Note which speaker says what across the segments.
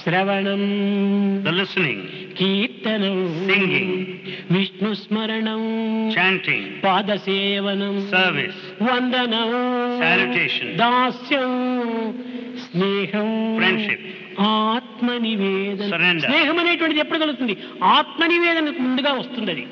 Speaker 1: శ్రవణం
Speaker 2: the listening,
Speaker 1: కీర్తనం
Speaker 2: Singing.
Speaker 1: Vishnu స్మరణం
Speaker 2: chanting,
Speaker 1: పాదసేవనం
Speaker 2: service,
Speaker 1: వందనం
Speaker 2: Salutation.
Speaker 1: దాస్యం స్నేహం
Speaker 2: Friendship.
Speaker 1: ఆత్మ నివేదన
Speaker 2: Surrender.
Speaker 1: స్నేహం అనేటువంటిది ఎప్పుడు కలుగుతుంది ఆత్మ నివేదనకు ముందుగా వస్తుంది అది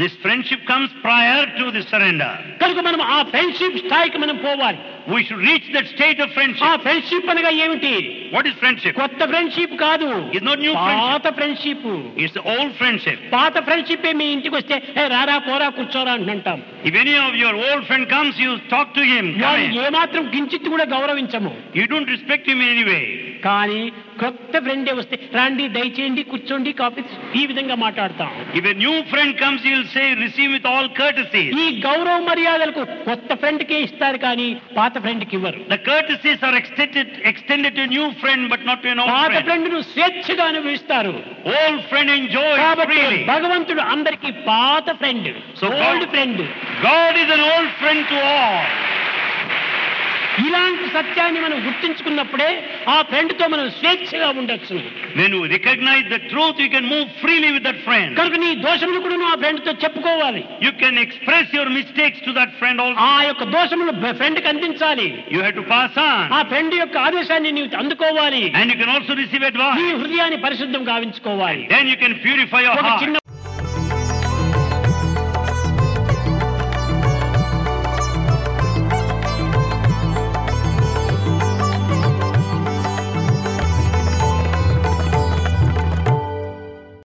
Speaker 2: this friendship comes prior to the surrender.
Speaker 1: కనుక మనం ఆ ఫ్రెండ్షిప్ స్థాయికి మనం పోవాలి
Speaker 2: We should reach that state of
Speaker 1: ఆ
Speaker 2: friendship.
Speaker 1: ఫ్రెండ్షిప్ అనగా ఏమిటి
Speaker 2: Ah. What Ah. is friendship?
Speaker 1: కొత్త ఫ్రెండ్షిప్ కాదు
Speaker 2: It's not new friendship.
Speaker 1: పాత friendship
Speaker 2: It's the old friendship.
Speaker 1: పాత ఫ్రెండ్షిప్ మీ ఇంటికి వస్తే "ఏ, రారా పోరా కూర్చోరా అంటుంటాం
Speaker 2: If any of your old friend comes, you talk to him. Come
Speaker 1: వారు
Speaker 2: in.
Speaker 1: ఏమాత్రం కించిత్ కూడా గౌరవించము
Speaker 2: You don't respect him in any way.
Speaker 1: కానీ కొత్త ఫ్రెండే వస్తే రాండి దయచేయండి కూర్చోండి కాఫీ ఈ విధంగా మాట్లాడతాం
Speaker 2: If a new friend comes, he'll say, receive with all courtesies.
Speaker 1: ఈ గౌరవ మర్యాదలకు కొత్త ఫ్రెండ్కే ఇస్తారు కానీ పాత ఫ్రెండ్కి ఇవ్వరు
Speaker 2: The courtesies are extended, extended to a new friend, but not to an old
Speaker 1: పాత
Speaker 2: Ah, friend.
Speaker 1: ఫ్రెండ్ ను స్వేచ్ఛగా అనుభవిస్తారు
Speaker 2: Old friend enjoys
Speaker 1: కాబట్టి
Speaker 2: freely.
Speaker 1: భగవంతుడు అందరికీ పాత friend
Speaker 2: So
Speaker 1: old
Speaker 2: God-
Speaker 1: friend
Speaker 2: God is an old friend to all.
Speaker 1: ఇలాంటి సత్యాన్ని మనం గుర్తించుకున్నప్పుడే ఆ ఫ్రెండ్ తో మనం స్వేచ్ఛగా ఉండొచ్చు
Speaker 2: When we recognize the truth, you can move freely with that friend.
Speaker 1: కనుక నీ దోషములు కూడా నువ్వు ఆ ఫ్రెండ్ తో చెప్పుకోవాలి
Speaker 2: You can express your mistakes to that friend also.
Speaker 1: ఆ యొక్క దోషములు ఫ్రెండ్ కి అందించాలి
Speaker 2: You have to pass on.
Speaker 1: ఆ ఫ్రెండ్ యొక్క ఆదేశాన్ని నీవు అందుకోవాలి
Speaker 2: And you can also receive
Speaker 1: నీ
Speaker 2: advice.
Speaker 1: హృదయాన్ని పరిశుద్ధం గావించుకోవాలి
Speaker 2: Then you can purify your
Speaker 1: ఒక
Speaker 2: heart.
Speaker 1: చిన్న